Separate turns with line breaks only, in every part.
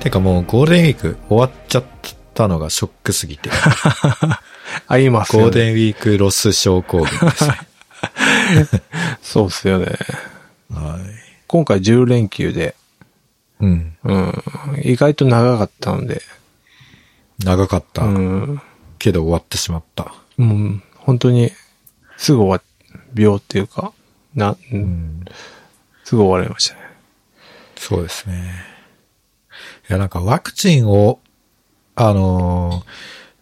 てかもうゴールデンウィーク終わっちゃったのがショックすぎ て、
あります
ゴー
よ
ル
ね。
デンウィークロス症候群です ね。
そうっすよね。
は
今回10連休で、
い。うん。
うん。意外と長かったので、
長かった、
うん。
けど終わってしまった。
もう、本当に、すぐ終わ、秒っていうか、な、
うん。
すぐ終わりましたね。
そうですね。いや、なんかワクチンを、あのー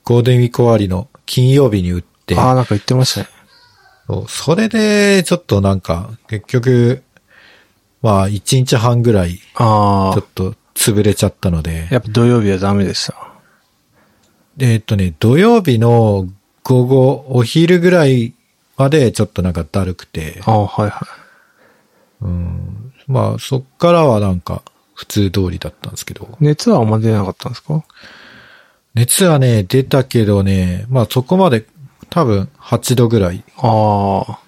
ゴールデンウィーク終わりの金曜日に打って、
ああ、なんか言ってましたね。
そうそれで、ちょっとなんか、結局、まあ、1日半ぐらい、ちょ
あ
っ
あ、
と潰れちゃったので、
やっぱ土曜日はダメでした。
えーっとね、土曜日の午後、お昼ぐらいまでちょっとなんかだるくて、
ああ、はいはい。
うん、まあ、そっからはなんか、普通通りだったんですけど、
熱はあんま出なかったんですか
熱はね、出たけどね、まあそこまで、多分8度ぐらい。
ああ。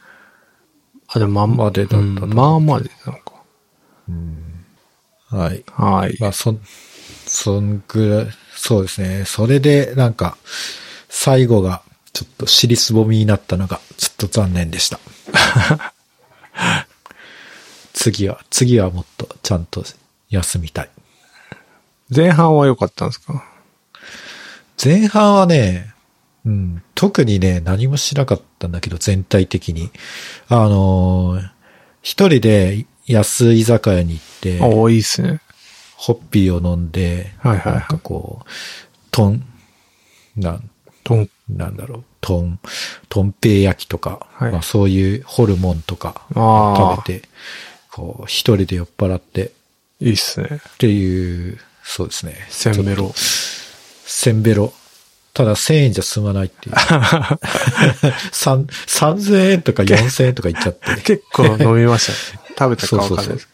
あ、でもまん
までだったと思う
うんまあまあでなのか。
はい。
はい。
まあ、そん、そんぐらい、そうですね。それで、なんか、最後が、ちょっと尻すぼみになったのが、ちょっと残念でした。次は、次はもっと、ちゃんと休みたい。
前半は良かったんですか
前半はね、うん、特にね、何もしなかったんだけど、全体的に。あのー一人で安居酒屋に行って、
おおいいっすね。
ホッピーを飲んで、
はいは
な
い
ん
は
か
い。
こう、トン、なん、
とん、
なんだろう、トン、トンペイ焼きとか、
はい
まあそういうホルモンとか
ああ
食、べて、こう、一人で酔っ払ってっ
いいっすね。
ていう、そうですね。
せんべろ。
せんべろ。ただ1000円じゃ済まないっ ていう。三3000円とか4000円とかいっちゃっ て、
結構飲みましたね。食べたかわかんないです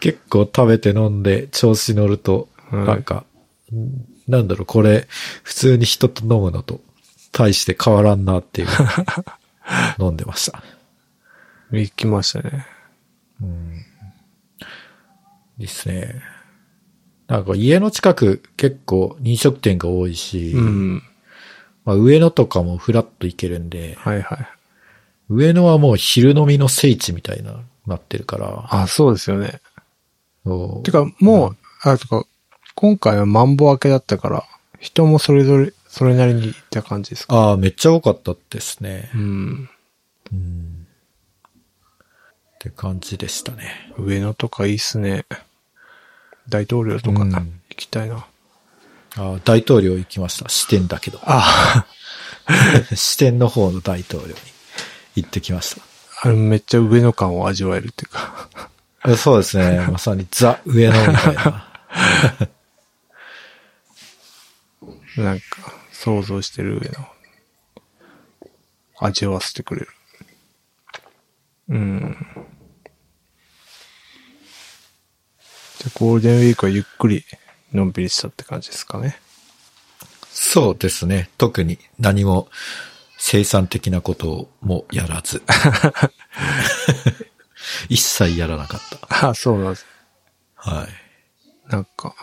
結構食べて飲んで調子乗ると、
うん
なんか、なんだろう、これ、普通に人と飲むのと、大して変わらんなって いう、飲んでました。
行きましたね。
うん。ですね。なんか家の近く結構飲食店が多いし、
うん。
まあ上野とかもフラッと行けるんで、
はいはい。
上野はもう昼飲みの聖地みたいな、なってるから。
あ、そうですよね。
そう
てか、もう、あ、とか、今回はマンボ明けだったから、人もそれぞれ、それなりにいた感じですか
ああ、めっちゃ多かったですね。
うん。
うん。って感じでしたね。
上野とかいいっすね。大統領とか、
うん
行きたいな。。
ああ、大統領行きました。支店だけど
あ
支店の方の大統領に行ってきまし
あ、めっちゃ上野感を味わえるっていうか。
た。そうですね。 まさにザ・上野みたいな。
なんか、想像してる上野。味わわせてくれる。うん。じゃあゴールデンウィークはゆっくり、のんびりしたって感じですかね。
そうですね。特に何も生産的なこともやら ず。一切やらなかった。
あ、そうなんです。
はい。
なんか、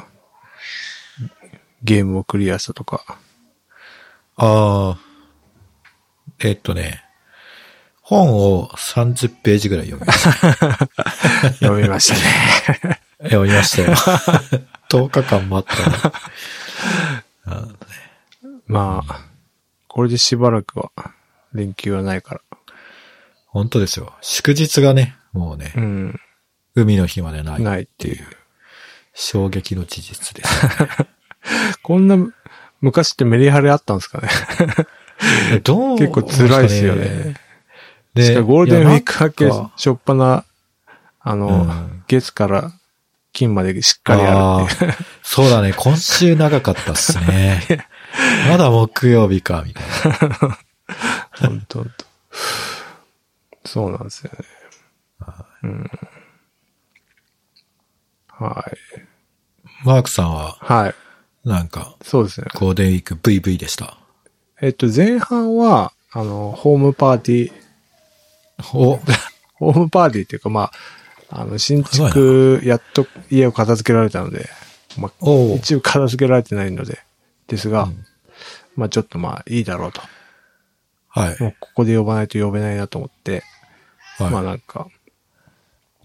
ゲームをクリアしたとか。
ああ、えっとね、本を30ページぐらい読みま した。
読みましたね。
読みましたよ。10日間もあったの
まあ、これでしばらくは、連休はないから。
本当ですよ。祝日がね、もうね、
うん。
海の日までない。
ないっていう。
衝撃の事実 です。
こんな、昔ってメリハリあったんですかね。
どう
結構辛いですよね。
で
しかもゴールデンウィーク明
い
け、
やなんか
しょっぱな、あの、
うん
月から金までしっかりあるっていう。
あーそうだね、今週長かったっすね。 まだ木曜日か、みたいな。
本当本当そうなんですよね。うん。はい。
マークさんは、
はい。
なんか、
そうですね。
ゴールデンウィーク VV でした。
えっと、前半は、あの、ホームパーティー、
お、
ホームパーティーっていうか、まあ、あの、新築、やっと家を片付けられたので、まあ、
おう
一応片付けられてないので、ですが、
うん
まあちょっとまあいいだろうと。
はい。
もうここで呼ばないと呼べないなと思って、まあ
はい。
なんか、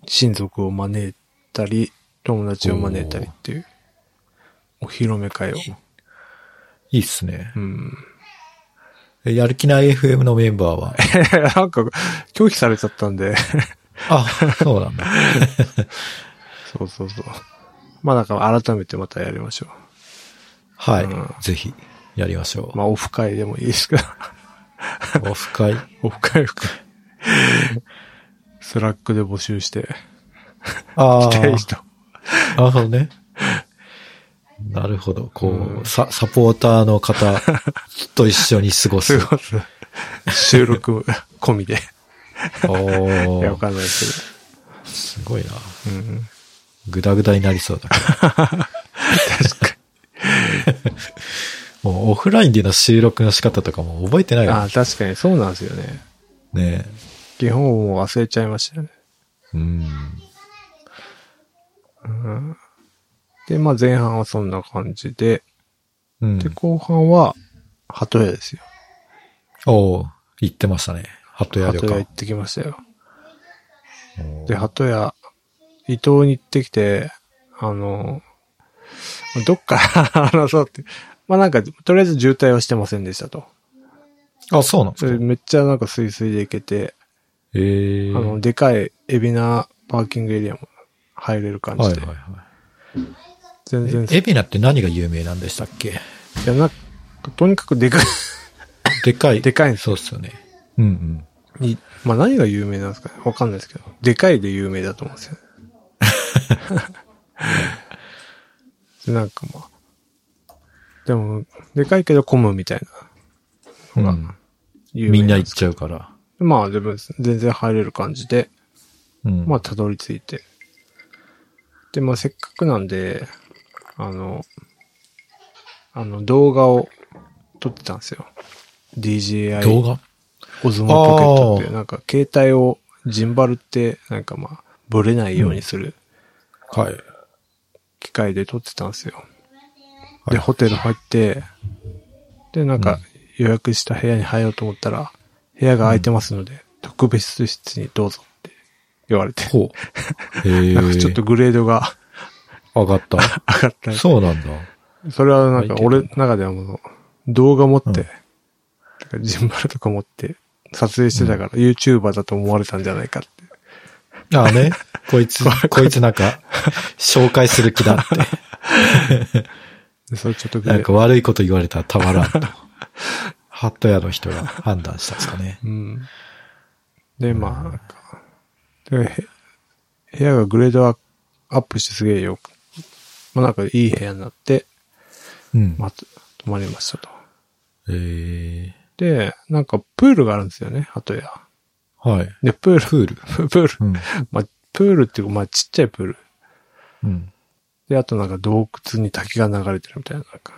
親族を招いたり、友達を招いたりっていう、お披露目会を。
いいっすね
う。ん。
えやる気ない FM のメンバー は。
なんか、拒否されちゃったんで、
あ、そうなんだ。
そうそうそう。まあなんか改めてまたやりましょ
はい。
うん
ぜひ、やりましょ
う。まあオフ会でもいいで すけど、
う。オフ 会。
オフ会オ フ会。スラックで募集して、
あ
来たい
ー
人。
あ、なるほどね。なるほど。こう、
うん
サ、サポーターの方と一緒に過ごす
す。ごいっすね。収録込みで。
お
いや、
ー
わかんないです
すごいな。
けど。うん。
グダグダになりそうだけ
確か
ど。もうオフラインでの収録の仕方とかも覚えてない
に。あ
わ
あ、確かにそうなんですよね。
ね。
基本もう忘れちゃいましたよね。
うん。
で、まあ前半はそんな感じで、
うん
で、。後半は、鳩屋ですよ。
おー言ってましたね。鳩屋旅
鳩屋行
館
っ。てきましたよ。
おー
で、鳩屋、伊東に行ってきて、あの、どっから話そうって。まあなんか、とりあえず渋滞はしてませんでしたと。
あ、そうなんで
そ
す
れ
か。
めっちゃなんかスイスイで行けて、
え
あ
ー。
の、でかいエビナパーキングエリアも入れる感
はい
じ
は
で。
いはい。
全然、
え、エビナって何が有名なんでしたっけ
いやなんかとにかくでかい。
でかい。
でかいんです
そうっすよね。うんうん。
に、まあ何が有名なんですかねわかんないですけど。でかいで有名だと思うんですよね。で なんかまあ。でも、でかいけど混むみたいなの
う
が
ん
有
み
名
んな
なんで
行っ
す
ちゃうから。
まあでも全然入れる感じで、
うん。
まあたどり着いて。で、まあせっかくなんで、あの、あの動画を撮ってたんですよ。DJI。
動画
オズモポケットってい
あー
う、なんか携帯を、ジンバルって、なんかまあ、ブレないようにする
はい。
機械で撮ってたんですよ。
はい
で、ホテル入って、で、なん
うん
か予約した部屋に入ろうと思ったら、部屋が空いてますので、特別室にどうぞって言われて、
ほう。へえ。
なんかちょっとグレードが
上がった。
上がったね
そうなんだ。
それはなんか
空い
俺
て
の中ではもう、動画持って、
うん
だからジンバルとか持って、撮影してたから、YouTuber だと思われたんじゃないかって。
ああね。こ いつ、こいつなんか、紹介する気だっ
でそれちょっ
て。
とグ
な
レー
ん
ド
か悪いこと言われたらたまらんと。ハット屋の人が判断したんですかね。
うん。で、まあ、なんかでへ部屋がグレードアアップしてすげえよく、まあなんかいい部屋になって、
うん。
まあ、つ泊まりましたと。
ええ。
で、なんかプールがあるんですよね、鳩屋。
はい。
で、プー
プ
ル、
ール。
プー
う
ル、
ん。
まあ、プールっていうか、まあちっちゃいプール。
うん。
で、あとなんか洞窟に滝が流れてるみたいな、なんか。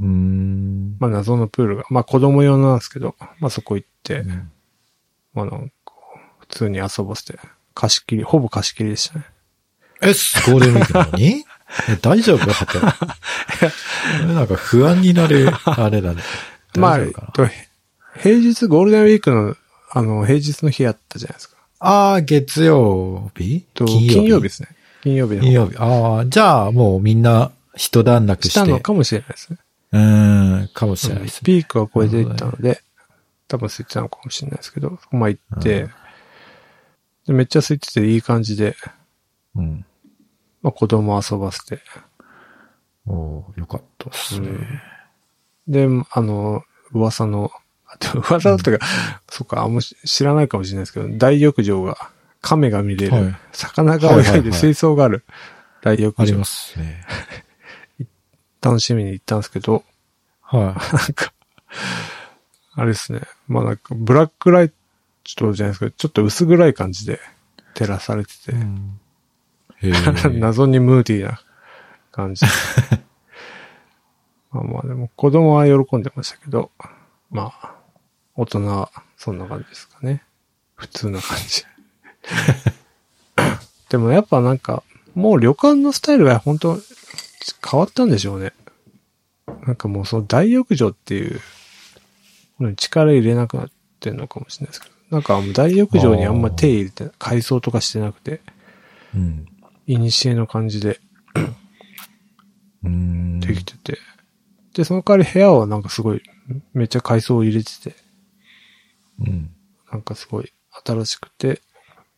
うーん。
まあ謎のプールが、まあ子供用なんですけど、まあそこ行って、
うん
まあなんか、普通に遊ばせて、貸し切り、ほぼ貸し切りでしたね。
え、ゴールデンウィークなの にえ大丈夫かって。なんか不安になる、あれだね。
まあ、
大
え
丈
っ
夫かな
と平日、ゴールデンウィークの、あの、平日の日あったじゃないですか。
ああ、月曜日
と
金曜日
金曜日ですね。金曜日
金
の
曜日。ああ、じゃあもうみんな一段落
し
して。
たのかもしれないですね。
うーん、かもしれないですね。
ピークは超えていったので、多分空いてたのかもしれないですけど、まあ行って、でめっちゃ空いてていい感じで、
うん。
まあ子供遊ばせて、
おーよかったっすね。
で、あの、噂の、あ と噂だったか、そっか、あんまし知らないかもしれないですけど、大浴場が、亀が見れる、
はい
魚が
はいは
泳
い
い
は
で
い
水槽がある、大浴
あり
場
ま、すね。
楽しみに行ったんですけど、
はい。
なんか、あれですね。まあなんか、ブラックライトじゃないですけど、ちょっと薄暗い感じで照らされてて、
へ え。
謎にムーディーな感じ。 まあまあでも、子供は喜んでましたけど、まあ、大人はそんな感じですかね。普通な感じ。 でもやっぱなんか、もう旅館のスタイルは本当変わったんでしょうね。なんかもうその大浴場っていうのに力入れなくなってんのかもしれないですけど。なんかもう大浴場にあんま手入れて、改装とかしてなくて、
うん。
いにしえの感じで
うーん。
できてて。で、その代わり部屋はなんかすごい、めっちゃ改装を入れてて、
うん。
なんかすごい新しくて、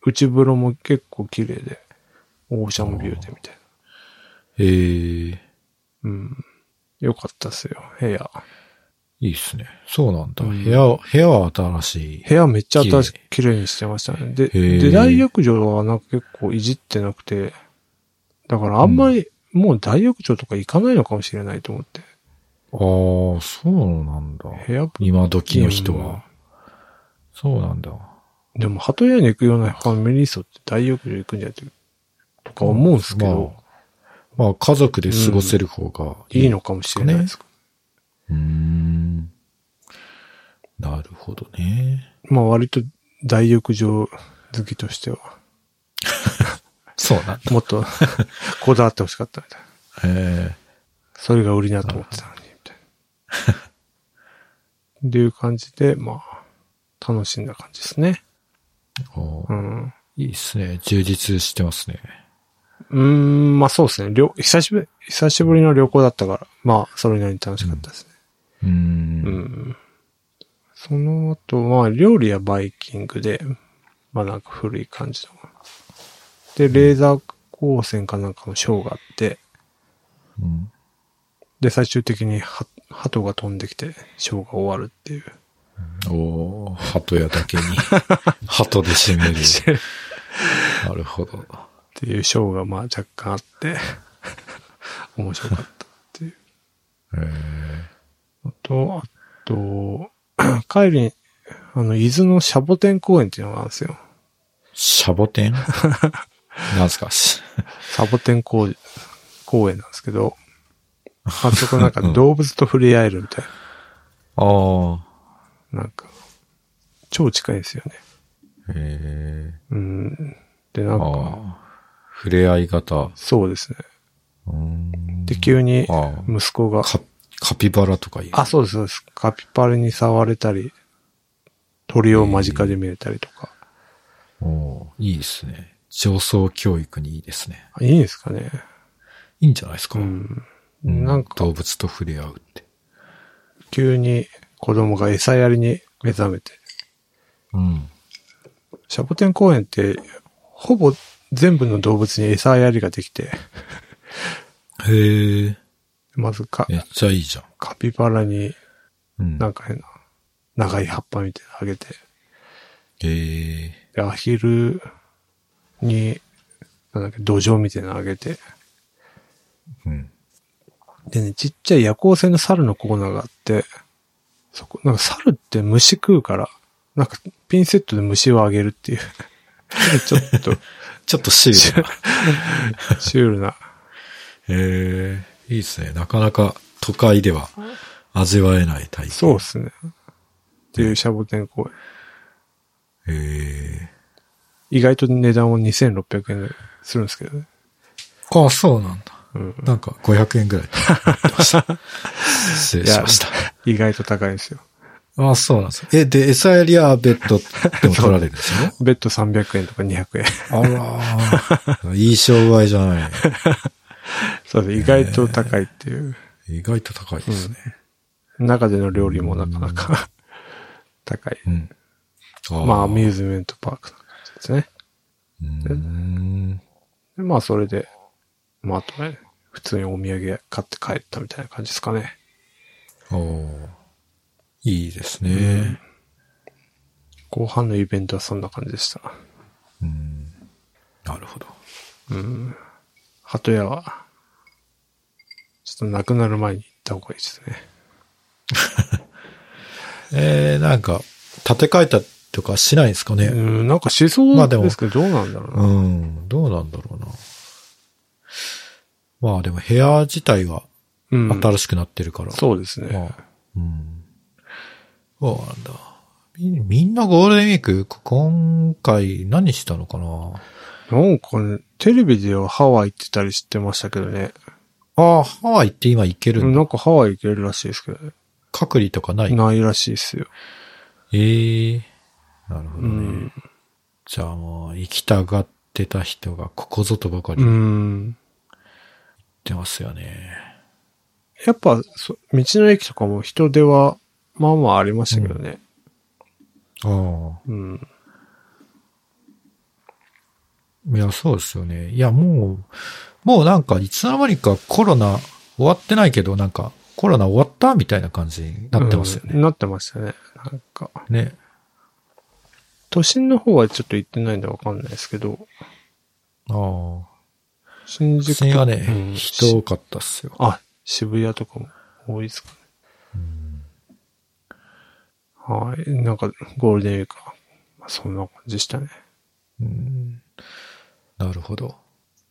内風呂も結構綺麗で、オーシャンビューでみたいな。
えー、
うん。よかったっすよ、部屋。
いいっすね。そうなんだ。
うん
部屋を、部屋は新しい。
部屋めっちゃ新しく綺麗にしてましたね。で、
へえ
で、大浴場はなんか結構いじってなくて、だからあんまり、もう大浴場とか行かないのかもしれないと思って。
ああ、そうなんだ。
部屋、
今時の人は。そうなんだ。
でも鳩屋に行くようなファミリー層って大浴場行くんじゃないとか思うんすけど、
まあ、まあ、家族で過ごせる方が
いいのかもしれないです。
うーん。なるほどね。
まあ割と大浴場好きとしては、
そうなんだ。
もっ とこだわってほしかったみたいな。
え
それが売りだと思ってたのに、みたいな。っていう感じで、まあ、楽しんだ感じですね。
えお
う
ー
ん。
いいっすね。充実してますね。
うーん、まあそうですね。旅久しぶり、久しぶりの旅行だったから、まあ、それなりに楽しかったですね。
うー。
うんん。その後、まあ、料理やバイキングで、まあなんか古い感じの。で、レーザー光線かなんかのショーがあって、
うん。
で、最終的には鳩が飛んできて、ショーが終わるっていう。
おー鳩屋だけに、鳩で締める。 なるほど。
っていうショーがまあ若干あって、 面白かったっていう。
ええ
あと、あと、 帰りに、あの、伊豆のシャボテン公園っていうのがあるんですよ。
シャボテ ンなんすかし
サボテン公公園なんですけ ど、あそこなんか動物と触れ合えるみたい
ああ。
な。なんか、超近いですよね。
ええ
うん。で、なんか、
ああ。触れ合い型。
そうですね。
うーん。
で、急に
ああ
息子が、
カカピバラとかいう。
あ、そうです、そうです。カピバラに触れたり、鳥を間近で見れたりとか。
おーいいですね。上層教育にいいですね。
いいんですかね。
いいんじゃないですか。
うん。
うん
なんか
動物と触れ合うって。
急に子供が餌やりに目覚めて。
うん。
シャボテン公園って、ほぼ全部の動物に餌やりができて、
へえ。
まずか
めっちゃいいじゃん。
カピバラに
うん。
なんか変な長い葉っぱみたいなのあげて、
へえ。
でアヒルに、なんだっけ、土壌みたいなのあげて、
うん。
でね、ちっちゃい夜行性の猿のコーナーがあって、そこ、なんか猿って虫食うから、なんかピンセットで虫をあげるっていう、 ちょっと
ちょっとシールだ。
シュールな、
へえ。いいですね。なかなか都会では味わえない体験。
そうですね。っていうシャボテン公園。
へえ。
意外と値段は2600円するんですけどね。
ああ、そうなんだ。
うん。
なんか500円ぐらい。 失礼しました。
意外と高いんですよ。
ああ、そうなんですよえ、で、餌やりはベッドでも取られるんですよ。
ベッド300円とか200円。
あらー いい商売じゃない。
そうです。意外と高いっていう。
意外と高いですね。
中での料理もなかなか高い。
うん。ー
まあ、アミューズメントパークな感じですね。
うーん。
でまあ、それで、まあ、あとね、普通にお土産買って帰ったみたいな感じですかね。
おーいいですね。
後半のイベントはそんな感じでした。
うん。なるほど。
うん。鳩屋は、ちょっとなくなる前に行った方がいいですね。
えー、なんか、建て替えたりとかしないんですか
う
ね。
ん、なんか思
まあ
想
でも
ですけど、どうなんだろうな。
うん。どうなんだろうな。まあでも部屋自体は
うん。
新しくなってるから。
そうですね。
まあ、うん。そうなんだ。みみんなゴールデンウィーク、こ今回何したのかな
なんかね、テレビではハワイ行ってたりしてましたけどね。
ああ、ハワイって今行けるんだ。
なんかハワイ行けるらしいですけど、ね、
隔離とかない。
ないらしいですよ。
ええなるほ
う
どね。
ん。
じゃあもう、行きたがってた人がここぞとばかり
う
言っ
ん。
てますよね。
やっぱ、そ道の駅とかも人手は、まあまあありましたけどね。
あ
うん。
あ。いや、そうですよね。いや、もう、もうなんか、いつの間にかコロナ終わってないけど、なんか、コロナ終わったみたいな感じになってますよね。
うんなってましたね。なんか、
ね。
都心の方はちょっと行ってないんでわかんないですけど、
ああ。
新宿
先はね、
うん
人多かったっすよ。
あ、渋谷とかも多いですかね。はい。なんか、ゴールデンウィークは、まあ、そんな感じでしたね。
うんなるほど。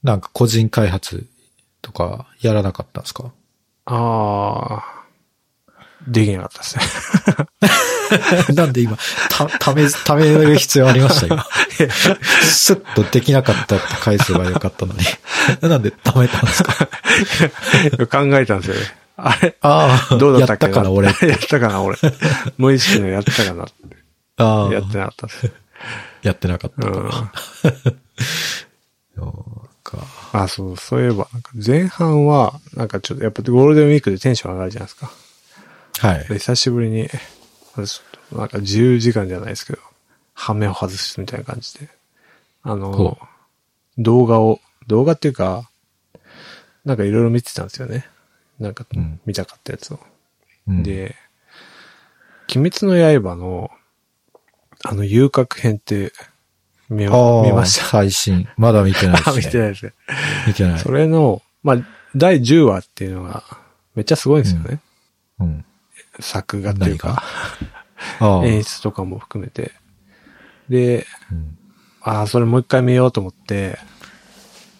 なんか個人開発とかやらなかったんですか
ああ、できなかったです ね。
なんで今、た、ため、ためる必要ありました、 今。スッとできなかったって返せばよかったのに。 なんでためたんですか
考えたんですよね。あれ
ああ、
どうだったっけ
やったかな、俺。あ
やったか な、俺。無意識のやったかな。
あ、
やってなかったですね。
やってなかった
う
か
ん。
ら。そうか。
あ、そう、そういえば、なんか前半は、なんかちょっと、やっぱゴールデンウィークでテンション上がるじゃないですか。
はい
で。久しぶりに、私ちょっとなんか自由時間じゃないですけど、羽目を外すみたいな感じで、あ
ほ
の、動画を、動画っていうか、なんかいろいろ見てたんですよね。なんか
うん
見たかったやつを。
うん、
で、鬼滅の刃の、あの、遊郭編って見ま
ああ、
見ました。
最新。ま だ見てないです、ね。
見てないですね。
見てない
そ。れの、まあ、第10話っていうのが、めっちゃすごいんですよね。
うん。
作画っていうか、
ああ。
演出とかも含めて。で、
うん
ああ、それもう一回見ようと思って、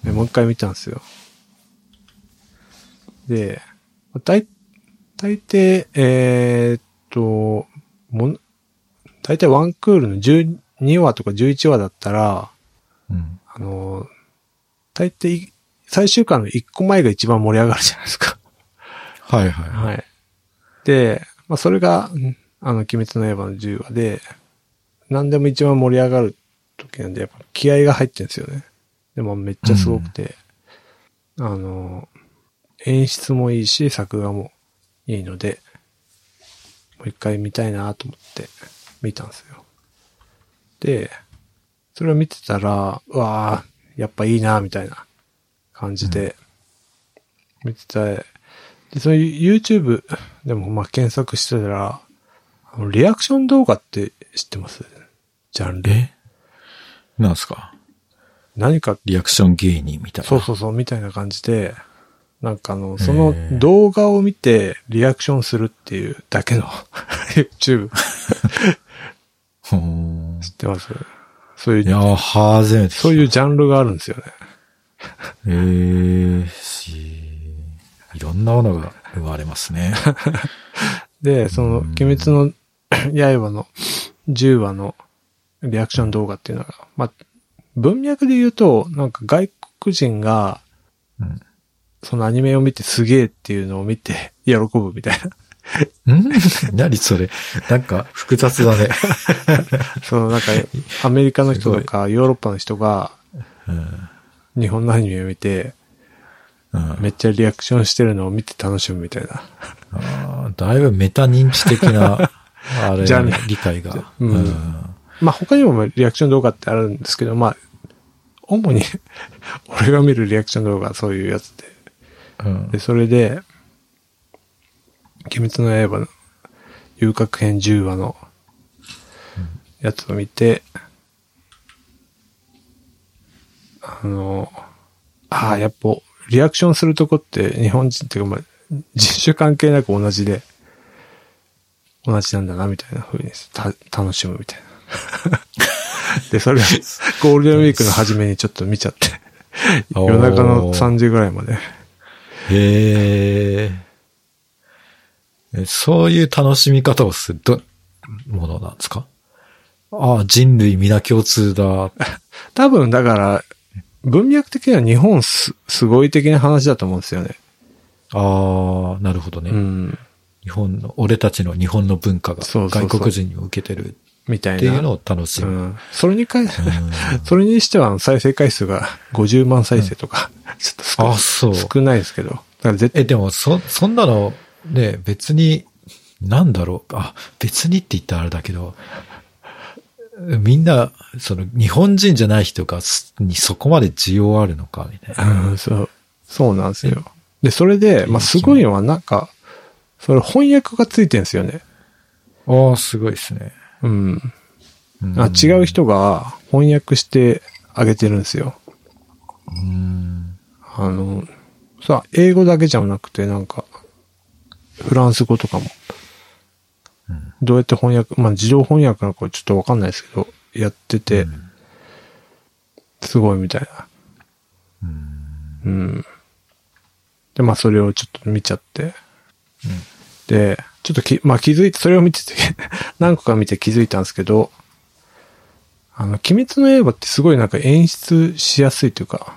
でもう一回見たんですよ。で、大、大抵、えーっと、もん、大体ワンクールの12話とか11話だったら、
うん。
あの、大抵、最終回の1個前が一番盛り上がるじゃないですか。
はいはい。
はい。で、まあ、それが、んあの、鬼滅の刃の10話で、何でも一番盛り上がる時なんで、やっぱ気合が入ってるんですよね。でもめっちゃすごくて、あの、演出もいいし、作画もいいので、もう一回見たいなと思って見たんですよ。で、それを見てたら、うわあやっぱいいなみたいな感じで、見てた、で、その YouTube でもまあ検索してたら、あのリアクション動画って知ってますジャンル。
えなんすか
何か、
リアクション芸人みたいな。
そうそうそうみたいな感じで、なんかあの、そ
へ
の
ー
動画を見てリアクションするっていうだけの YouTube
ほー
知ってますそうい、
いうやー、初めて。
そういうジャンルがあるんですよね。
えー、し、いろんなものが生まれますね。
で、その、鬼滅の 刃の10話のリアクション動画っていうのが、まあ、文脈で言うと、なんか外国人が
う
そのアニメを見てすげえっていうのを見て喜ぶみたい
ん ん何それなんか複雑だね。
な。そ のなんかアメリカの人とかヨーロッパの人が
うん
日本のアニメを見て
うん、
めっちゃリアクションしてるのを見て楽しむみたいな。
あーだいぶメタ認知的な、 あれ
じゃあね、
理解が。
うんまあ他にもリアクション動画ってあるんですけど、まあ、主に 俺が見るリアクション動画はそういうやつで。
うん
で、それで、鬼滅の刃の遊郭編10話のやつを見て、あの、ああ、やっぱ、リアクションするとこって日本人っていうか、まあ、人種関係なく同じで、同じなんだな、みたいな風にた楽しむみたいな。で、それをゴールデンウィークの初めにちょっと見ちゃって、
おー
夜中の3時ぐらいまで。
へーえ。そういう楽しみ方をするどものなんですかああ、人類皆共通だ。
多分だから、文脈的には日本す、すごい的な話だと思うんですよね。
ああ、なるほどね。
うん。
日本の、俺たちの日本の文化が
そうそうそう
外国人にも受けてる
みたいな。
っていうのを楽し
う
む。
ん。それに関し
うん
それにしてはあの再生回数が50万再生とか、ちょっと少
あ、そう。
少ないですけど。だから絶
え、でも、そ、そんなの、ね、別に、なんだろう。あ、別にって言ったらあれだけど、みんな、その、日本人じゃない人が、すにそこまで需要あるのか、みたいな。
うん、そう。そうなんですよ。で、それで、まあ、すごいのはなんか、それ翻訳がついてるんですよね。
ああ、すごいですね。
うん。
うん
あ違う。人が翻訳してあげてるんですよ。
うん。
あの、さ、英語だけじゃなくて、なんか、フランス語とかも
うん。
どうやって翻訳、まあ、自動翻訳なんかはちょっとわかんないですけど、やってて、すごいみたいな。うん。で、まあ、それをちょっと見ちゃって。で、ちょっとき、まあ、気づいて、それを見てて、 何個か見て気づいたんですけど、あの、鬼滅の刃ってすごいなんか演出しやすいというか、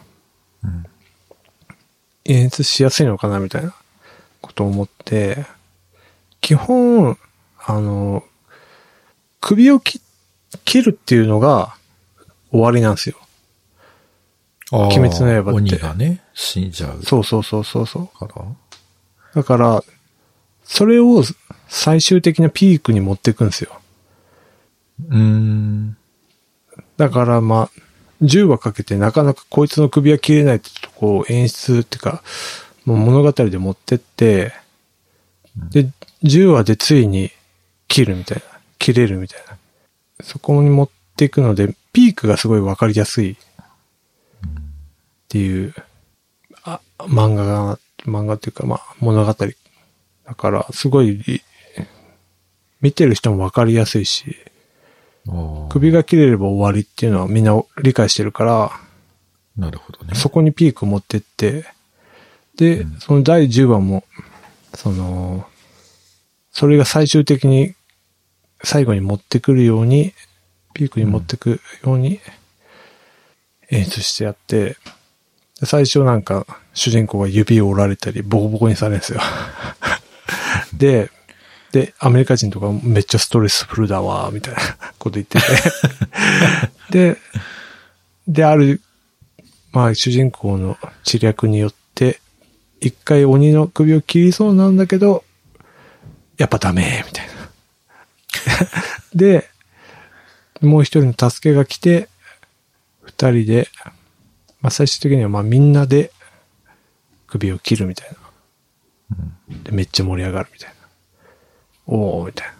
うん
演出しやすいのかなみたいなことを思って、基本、あの、首をき切るっていうのが終わりなんですよ。
ああ
鬼滅の刃って
鬼がね、死んじゃうか
そうそうそうそうそう。
ら。
だから、それを最終的なピークに持っていくんですよ。
うん。
だからまあ、10話かけてなかなかこいつの首は切れないってとこを演出っていうか、もう物語で持ってって、で、10話でついに切るみたいな。切れるみたいな。そこに持っていくので、ピークがすごいわかりやすいっていう、あ、漫画が、漫画っていうかまあ物語。だから、すごいい、見てる人もわかりやすいし、
ああ
首が切れれば終わりっていうのはみんな理解してるから、
なるほどね。
そこにピーク持ってって、で、その第10話も、その、それが最終的に、最後に持ってくるように、ピークに持ってくように、演出してやって、で最初なんか、主人公が指を折られたり、ボコボコにされるんですよ。で、で、アメリカ人とかめっちゃストレスフルだわ、みたいなこと言ってて。で、で、あるまあ、主人公の知略によって、一回鬼の首を切りそうなんだけど、やっぱダメ、みたいな。 で、もう一人の助けが来て、二人で、まあ、最終的にはまあみんなで首を切るみたいな。で、めっちゃ盛り上がるみたいな。おおみたいな。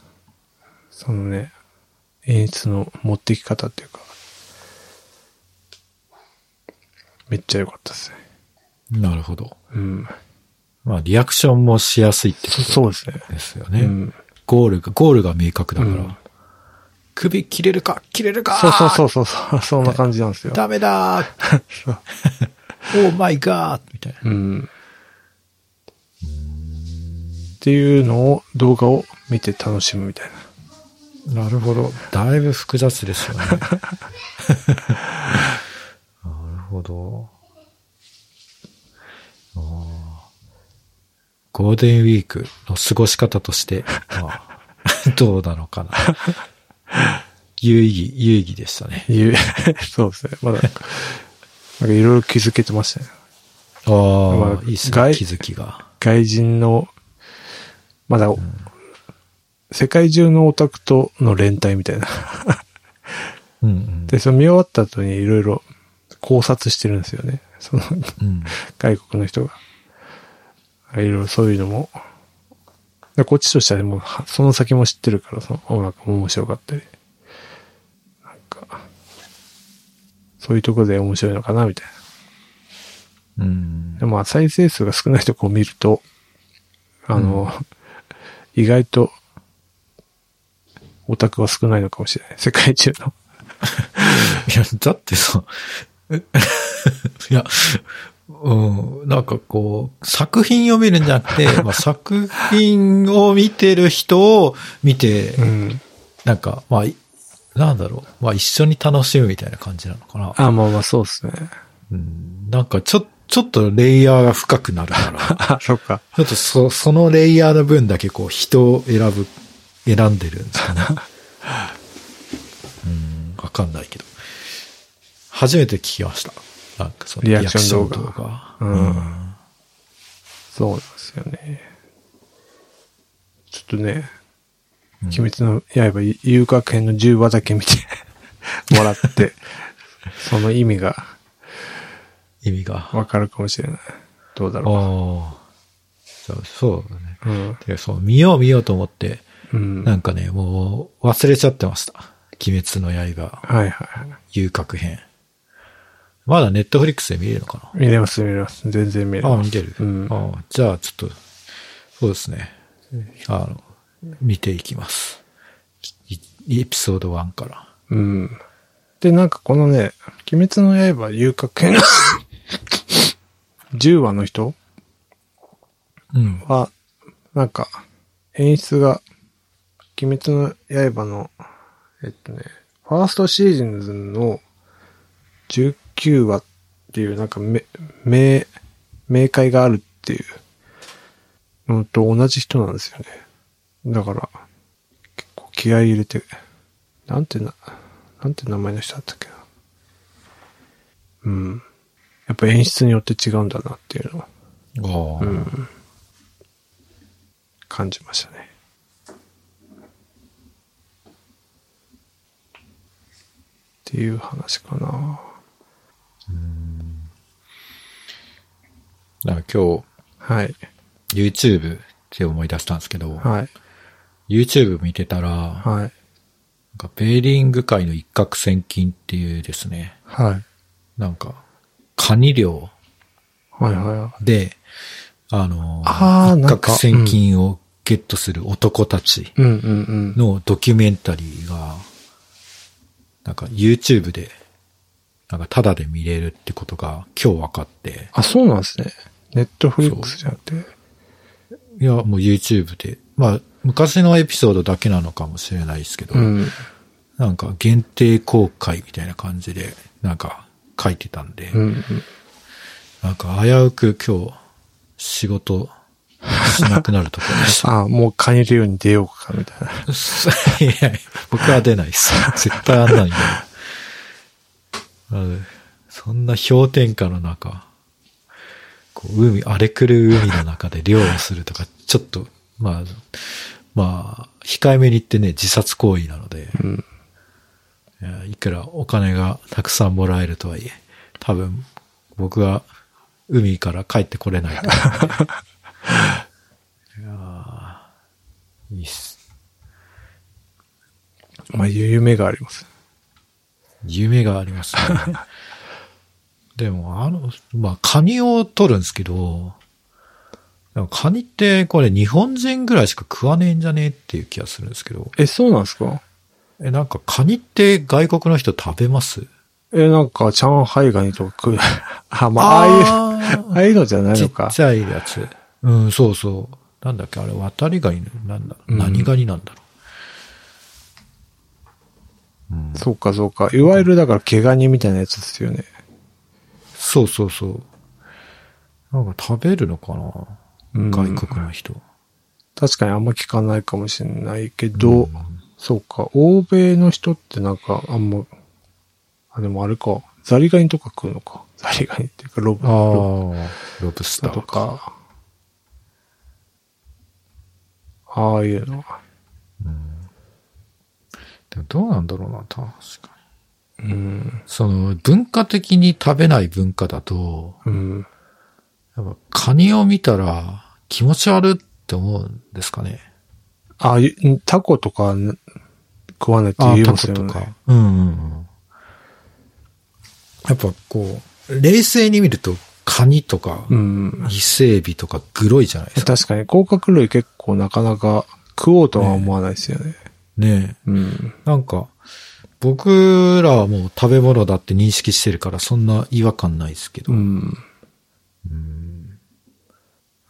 そのね、演出の持ってき方っていうか、めっちゃ良かったですね。
なるほど。
うん。
まあ、リアクションもしやすいってこ
そそうですね。
とですよね。
うん
ゴールが、ゴールが明確だから。
うん
首切れるか切れるか
そうそうそうそうそう、そんな感じなんですよ。
ダメだ オーマイガーみたいな。
うん。っていうのを、動画を見て楽しむみたいな。
なるほど。だいぶ複雑です よね。なるほど。ああゴールデンウィークの過ごし方として、まあどうなの かな。有意義、有意義でしたね。
いう、 そうですね。まだ、なんかいろいろ気づけてましたね。
あ
ま
あ
あ、
いいっすね。
外
気づきが。
外人の、まだ、世界中のオタクとの連帯みたいな。
うんうん。
で、その見終わった後にいろいろ考察してるんですよね。その、
うん。
外国の人が。いろいろそういうのも。でこっちとしてはもうは、その先も知ってるから、その音楽も面白かったり。なんか、そういうところで面白いのかな、みたい
うん
な。で。も、まあ再生数が少ないとこを見ると、あの、意外と、オタクは少ないのかもしれない。世界中の。
いや、だってさ、え いや、うん、なんかこう、作品を見るんじゃな くて、まあ、作品を見てる人を見て、
うん。
なんか、まあ、いなんだろう、まあ一緒に楽しむみたいな感じなのかな。
あ、まあまあ、そうですね。
うん、なんかちょ、ちょっとレイヤーが深くなる から、
あ、そっか。
ちょっとそ、そのレイヤーの分だけこう人を選ぶ、選んでるんです かね。うん、わかんないけど。初めて聞きました。なんかその
リアクション動画
リアクショ画
うん
うん
そうなんですよね。ちょっとね、
うん
鬼滅の刃、遊楽編の10話だけ見てもらって、 その意味が
意味が。あ
わかるかもしれない。どうだ
あ
ろ
そうそうだね。
う。うん。
でそう、見よう見ようと思って、
うん。
なんかね、もう忘れちゃってました。鬼滅の刃、
はいはいは
遊郭編。まだネットフリックスで見れるのか
い。見れます見れます。全然見れ
なああ、
ま
見
す。
てる。
うん
ああじゃあ、ちょっと、そうですね。あの、見ていきます。いエピソード1から。
うん。で、なんかこのね、鬼滅の 刃、遊楽編10話の人
うん。
は、なんか、演出が、鬼滅の刃の、えっとね、ファーストシーズンの19話っていう、なんかめ、名、明快があるっていうのと同じ人なんですよね。だから、結構気合い入れて、なんてな、なんて名前の人だったっけな。うん。やっぱ演出によって違うんだなっていうのは
ああ、
うん感じましたね。っていう話かな。
なんか今
はい。
日、YouTube って思い出したんですけど、
はい。
YouTube 見てたら、
はい。
なんかベーリング界の一攫千金っていうですね、
はい。
なんか、カニ漁
はいはいは
で、あの、
あー
一
なんか
攫千金をゲットする男たち
い。うんうん
のドキュメンタリーが、なんか YouTube で、なんかタダで見れるってことが今日分かって、
あ、そうなんですね。ネットフリックスじゃなくて。
いや、もう YouTube で、まあ、昔のエピソードだけなのかもしれないですけど、
うん。
なんか限定公開みたいな感じで、なんか書いてたんで、
うんうん。
なんか危うく今日仕事しなくなるところでした。
あ、もうカニるように出ようか、みたいな。
いやいや 僕は出ないです。絶対あんないんだよなのでそんな氷点下の中、こう海、荒れ狂う海の中で漁をするとか、ちょっと、まあ、まあ、控えめに言ってね、自殺行為なので、
うん。
いやいくらお金がたくさんもらえるとはいえ、多分僕は海から帰ってこれないと思う んでいやーいいっす。
まあ、夢があります。
夢があり ますね。でも、あの、まあ、カニを取るんですけど、でもカニってこれ日本人ぐらいしか食わねえんじゃねえっていう気がするんですけど、
え、そうなんですか
え、なんかカニって外国の人食べます
え、なんか、上海ガニとか食う。 あ、まあ、ああいう、
あー
ああいうのじゃない
ち
の
っ
か。
ちゃいやつ。うん、そうそう。なんだっけ、あれ、渡りガニなんだろう。
うん
何ガニなんだろう。うん、
そうか、そうか。いわゆる、だから、毛ガニみたいなやつですよね。
そうそうそう。なんか食べるのかな、
うん
外国の人。
確かにあんま聞かないかもしれないけど、
うん
そうか、欧米の人ってなんかあんま、あ、でもあれか、ザリガニとか食うのか。ザリガニっていうか、ロブ、
ああ
ロ、
ロブス
ブ
タ
と
ー。
か。ああいうのは。
でもどうなんだろうな、確か
うん
に。。その、文化的に食べない文化だと、
うん。
やっぱカニを見たら気持ち悪って思うんですかね。
ああいう、タコとかん食わないって
あ
言い
タ
ま
コ
すよ
と
ね。
か。うんうんうん。やっぱこう、冷静に見ると、カニとか、
うん。
伊勢海老とか、グロいじゃないですか。
確かに、甲殻類結構なかなか食おうとは思わないですよね。
ねえ
うん。
なんか、僕らはもう食べ物だって認識してるから、そんな違和感ないですけど、
うん。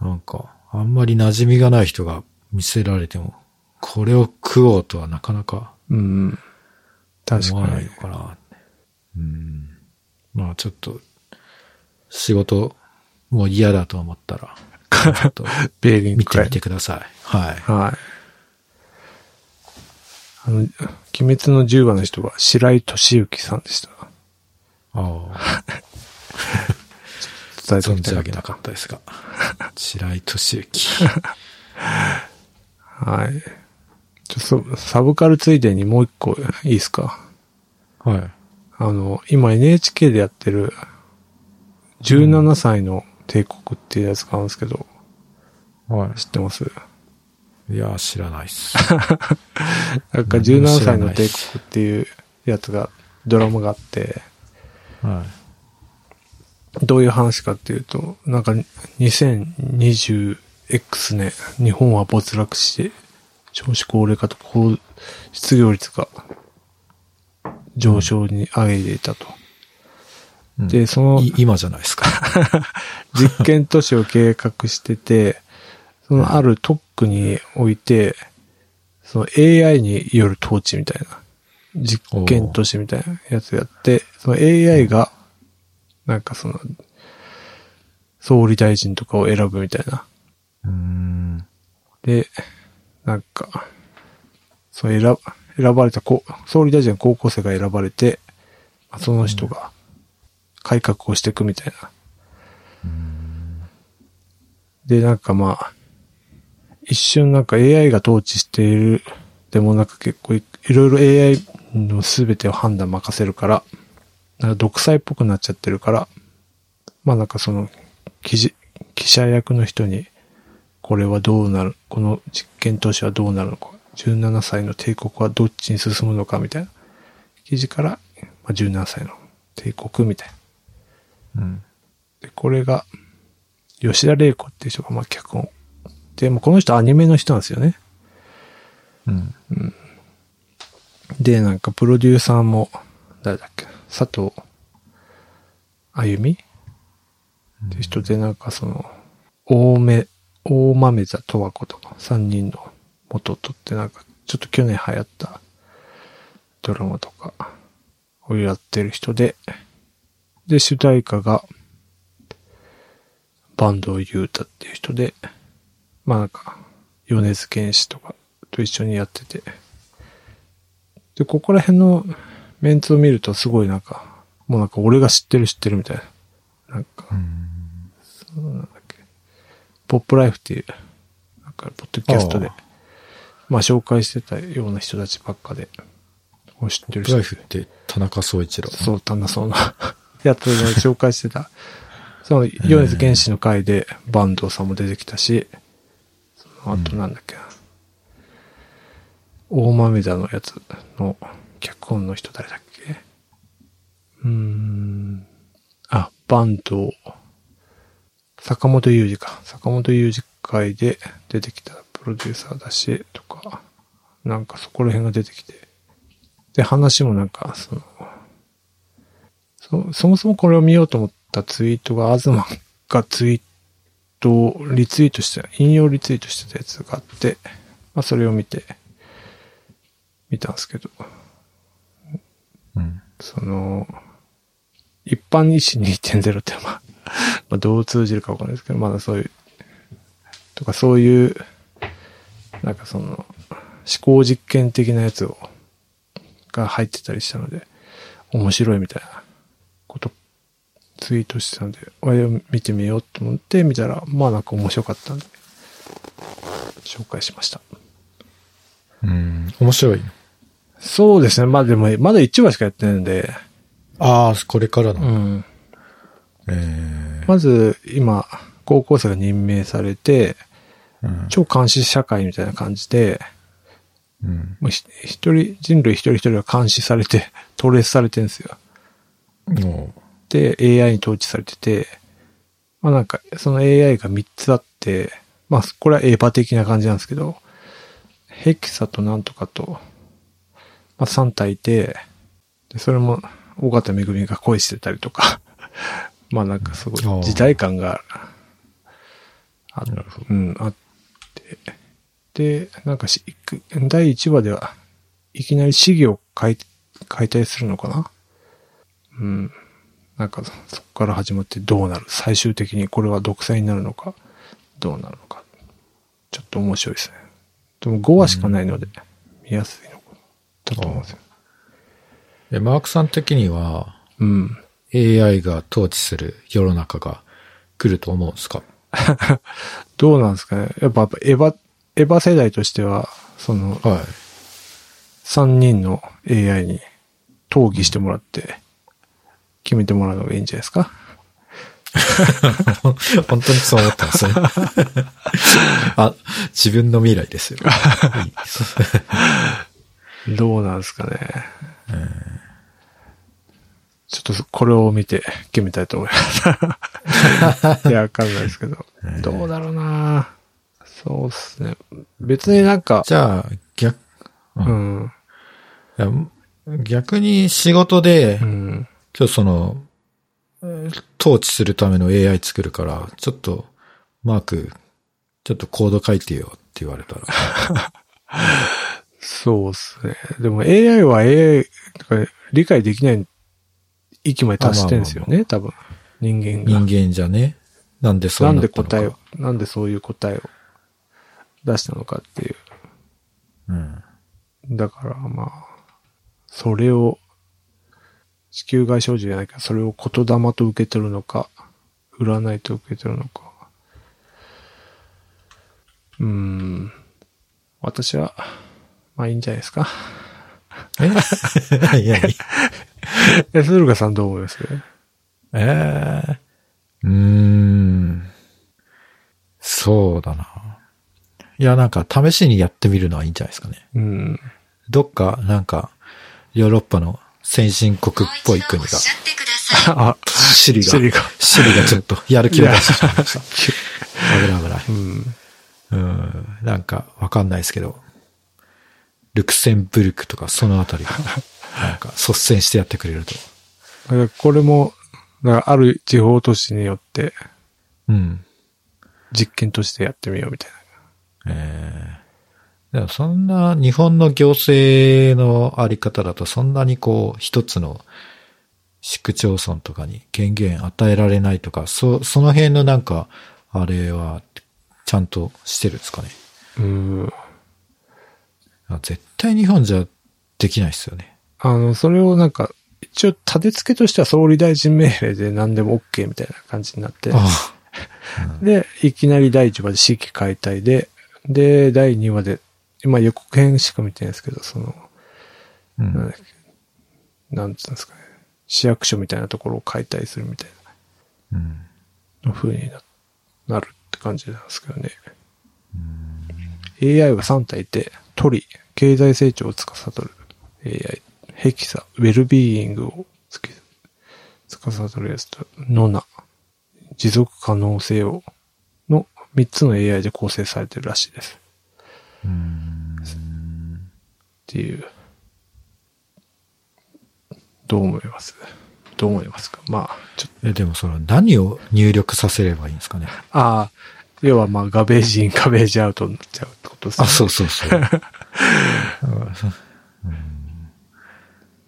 なんか、あんまり馴染みがない人が見せられても、これを食おうとはなかなか
うん。確
思わ
か
ない
に
の。かな。うん。まあちょっと、仕事もう嫌だと思ったら、ちょっと
ベーリング
見て
会
み。てください。 はい。
はい。あの、鬼滅の十話の人は白井俊之さんでした。
ああ、
伝えてお
存
き
じ
た
上
い
げ
な
なかったですが。白井俊之。
はい。ちょそサブカルついでにもう一個いいですか
はい。
あの、今 NHK でやってる17歳の帝国っていうやつがあるんですけど、
は
知ってます
い。いや、知らないっ す。
なんか
うん
17歳
知らな
の
い
帝国っていうやつが、ドラマがあって、
は
どういう話かっていうと、なんか 2020X ね、日本は没落して、少子高齢化と高失業率が上昇に上げていたと。
い。
で、その
い今じゃないですか。
実験都市を計画してて、そのある特区において、その AI による統治みたいな、実験都市みたいなやつやって、その AI が、なんかその、総理大臣とかを選ぶみたいな。
うーん。
で、なんか、その選選ばれたこう、総理大臣の高校生が選ばれて、まあその人が改革をしていくみたいな。で、なんかまあ、一瞬なんか AI が統治している、でもなんか結構いいろいろ AI の全てを判断任せるから、なんか独裁っぽくなっちゃってるから、まあなんかその、記事、記者役の人に、これはどうなる、この実験投資はどうなるのか、17歳の帝国はどっちに進むのかみたいな記事から、まあ、17歳の帝国みたいな。
うん。
で、これが、吉田玲子っていう人が、まあ、脚本。で、もうこの人アニメの人なんですよね。
うん。
で、なんかプロデューサーも、誰だっけ、佐藤あゆみっていう人で、なんかその、大目、大豆田十和子とか、3人の元とって、なんか、ちょっと去年流行ったドラマとかをやってる人で、で、主題歌が、バンドユータっていう人で、まあなんか、米津玄師とかと一緒にやってて、で、ここら辺のメンツを見るとすごいなんか、もうなんか俺が知ってる知ってるみたいな。なんか、そうなんだっけ。ポップライフっていう、なんか、ポッドキャストで
ああ、
まあ紹介してたような人たちばっかで、こう知ってる
プラ
人
イ。フって田中総一郎。
そう、旦那そうな やつを紹介してた。 その、米津玄師の回でバンドさんも出てきたし、その後なんだっけな。大豆田のやつの脚本の人誰だっけうーん。あ、バンド、坂本雄二か。坂本雄二会で出てきたプロデューサーだし、とか、なんかそこら辺が出てきて。で、話もなんか、その、そそもそもこれを見ようと思ったツイートが、東がツイートをリツイートした、引用リツイートしてたやつがあって、まあそれを見て、見たんですけど、
うん。
その、一般医師2.0って、 まあ、まあ、どう通じるかわかんないですけど、まだそういう、とかそういう、なんかその、思考実験的なやつを、が入ってたりしたので、面白いみたいなこと、ツイートしてたんで、あれを見てみようと思って見たら、まあなんか面白かったんで、紹介しました。
うん。面白い。
そうですね。まあでも、まだ1話しかやってないんで、
ああ、これからの。
うん。
え
まず、今、高校生が任命されて、
えうん
超監視社会みたいな感じで、
うん。
もうひ一人、人類一人一人が監視されて、 トレースされてるんですよ。
おう
で、AI に統治されてて、まあなんか、その AI が3つあって、まあ、これはエヴァ的な感じなんですけど、ヘキサとなんとかと、まあ3体いて、で、それも、尾形めぐみが恋してたりとか、 まあなんかすごい時代感がある
なるほど。
うん、あって。で、なんかし、いく第1話では、いきなり市議を解解体するのかなうん。なんかそそこから始まってどうなる最終的にこれは独裁になるのかどうなるのかちょっと面白いですねでも5話しかないので見やすいのかだと思うんですよ
え、マークさん的には
うん
AI が統治する世の中が来ると思うんですか
どうなんですかねやっぱやっぱエヴァエヴァ世代としてはその
は
3人の AI に討議してもらって決めてもらうのがいいんじゃないですか
い。 本当にそう思ったんですね。 あ、自分の未来ですよ。はい
どうなんですかね。ちょっとこれを見て決めたいと思い ます。いや、わかんないですけど。どうだろうなそうっすね。別になんか、
じゃあ、逆、
うん。
いや逆に仕事で
う、ん。
今日その、統治するための AI 作るから、ちょっと、マーク、ちょっとコード書いてよって言われたら。
そうっすね。でも AI は AI とか理解できない域まで達してんですよね、多分。人間が
人。間じゃねなんでそう
なん
な
で
ったのか
答えを、なんでそういう答えを出したのかっていう。
うん。
だからまあ、それを、地球外少女じゃないから、それを言霊と受け取るのか、占いと受け取るのか。うーん。私は、まあいいんじゃないですか。
え いやいや
え、鶴岡さんどう思います
ええうーん。そうだな。いや、なんか試しにやってみるのはいいんじゃないですかね。
うん。
どっか、なんか、ヨーロッパの先進国っぽい国が、
あ、
シリが、
シリが
シリがちょっとやる気を出してしまいました。 危ない
うん。
危ない。うん。なんか、わかんないですけど、ルクセンブルクとかそのあたり が、なんか率先してやってくれると。
だからこれも、だからある地方都市によって、
うん。
実験としてやってみようみたいな。
ええでもそんな日本の行政のあり方だとそんなにこう一つの市区町村とかに権限与えられないとか、そ、その辺のなんか、あれはちゃんとしてるんですかね。
うーん。
あ絶対日本じゃできないですよね。
あの、それをなんか、一応、立て付けとしては総理大臣命令で何でも OK みたいな感じになって、
あ
で、いきなり第1話で死期解体で、で、第2話で、今予告編しか見てないですけど、その、
あ、う
なん
ん。
だっけなんつうんですかね、市役所みたいなところを解体するみたい
うん。
な風にななるって感じなんですけどね。AI は3体いて、鳥、経済成長を司る AI、ヘキサ、ウェルビーイングをつけ司るやつと、ノナ、持続可能性を、の3つの AI で構成されてるらしいです。っていう。どう思いますどう思いますかまあ、ちょ
え、でもその何を入力させればいいんですかね。
ああ、要はまあ、ガベージイン、ガベージアウトになっちゃうってことですね。
あ、そうそうそう。だからそ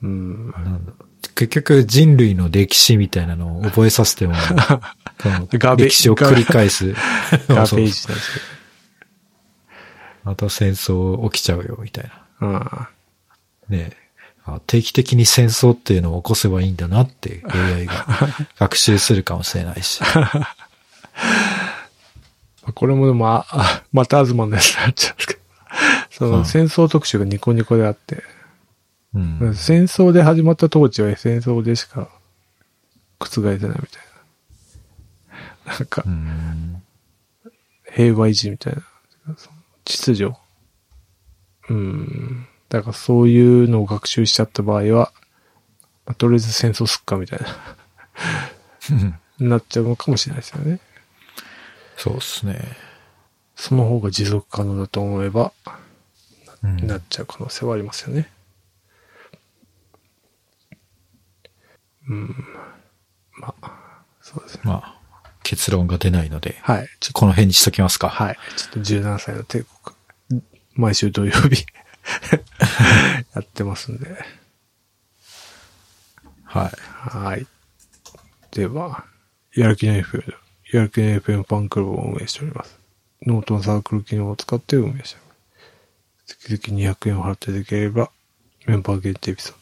うん。
なんだ結局人類の歴史みたいなのを覚えさせても、その
ガベ
歴史を繰り返す。
ガベ
そう
ー
そ
ジなんですよ。
うまた戦争起きちゃうよ、みたいな。
うん。
ねえあ定期的に戦争っていうのを起こせばいいんだなって AI が学習するかもしれないし。
これもでも、ああまた東のやつになっちゃうんですけど。 その、
うん
戦争特集がニコニコであって、
うん。
戦争で始まった統治は戦争でしか覆せないみたいな。なんか
う、ん
平和維持みたいな。その秩序。うん。だからそういうのを学習しちゃった場合は、まあとりあえず戦争すっかみたいな、なっちゃうのかもしれないですよね。
そうですね。
その方が持続可能だと思えば、
うん
なっちゃう可能性はありますよね。うん。まあ、そうですね。
まあ、結論が出ないので、
はい。ちょっと、
この辺にしときますか。
はい。ちょっと17歳の帝国、毎週土曜 日、やってますんで。
はい。
はい。では、やる気ない FM、やる気ない FM ファンクラブを運営しております。ノートのサークル機能を使って運営しております。月々200円を払っていただければ、メンバー限定エピソー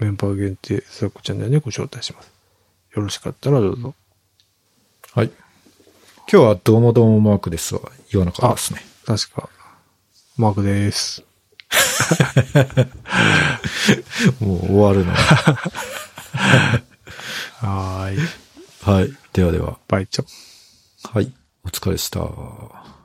ド、メンバー限定スラックチャンネルにご招待します。よろしかったらどうぞ。
はい。今日はどうもどうもマークですは言わなかったですね。
確か、マークです。
もう終わるの。
はーい。
はい。ではでは。
バイチョ。
はい。お疲れでした。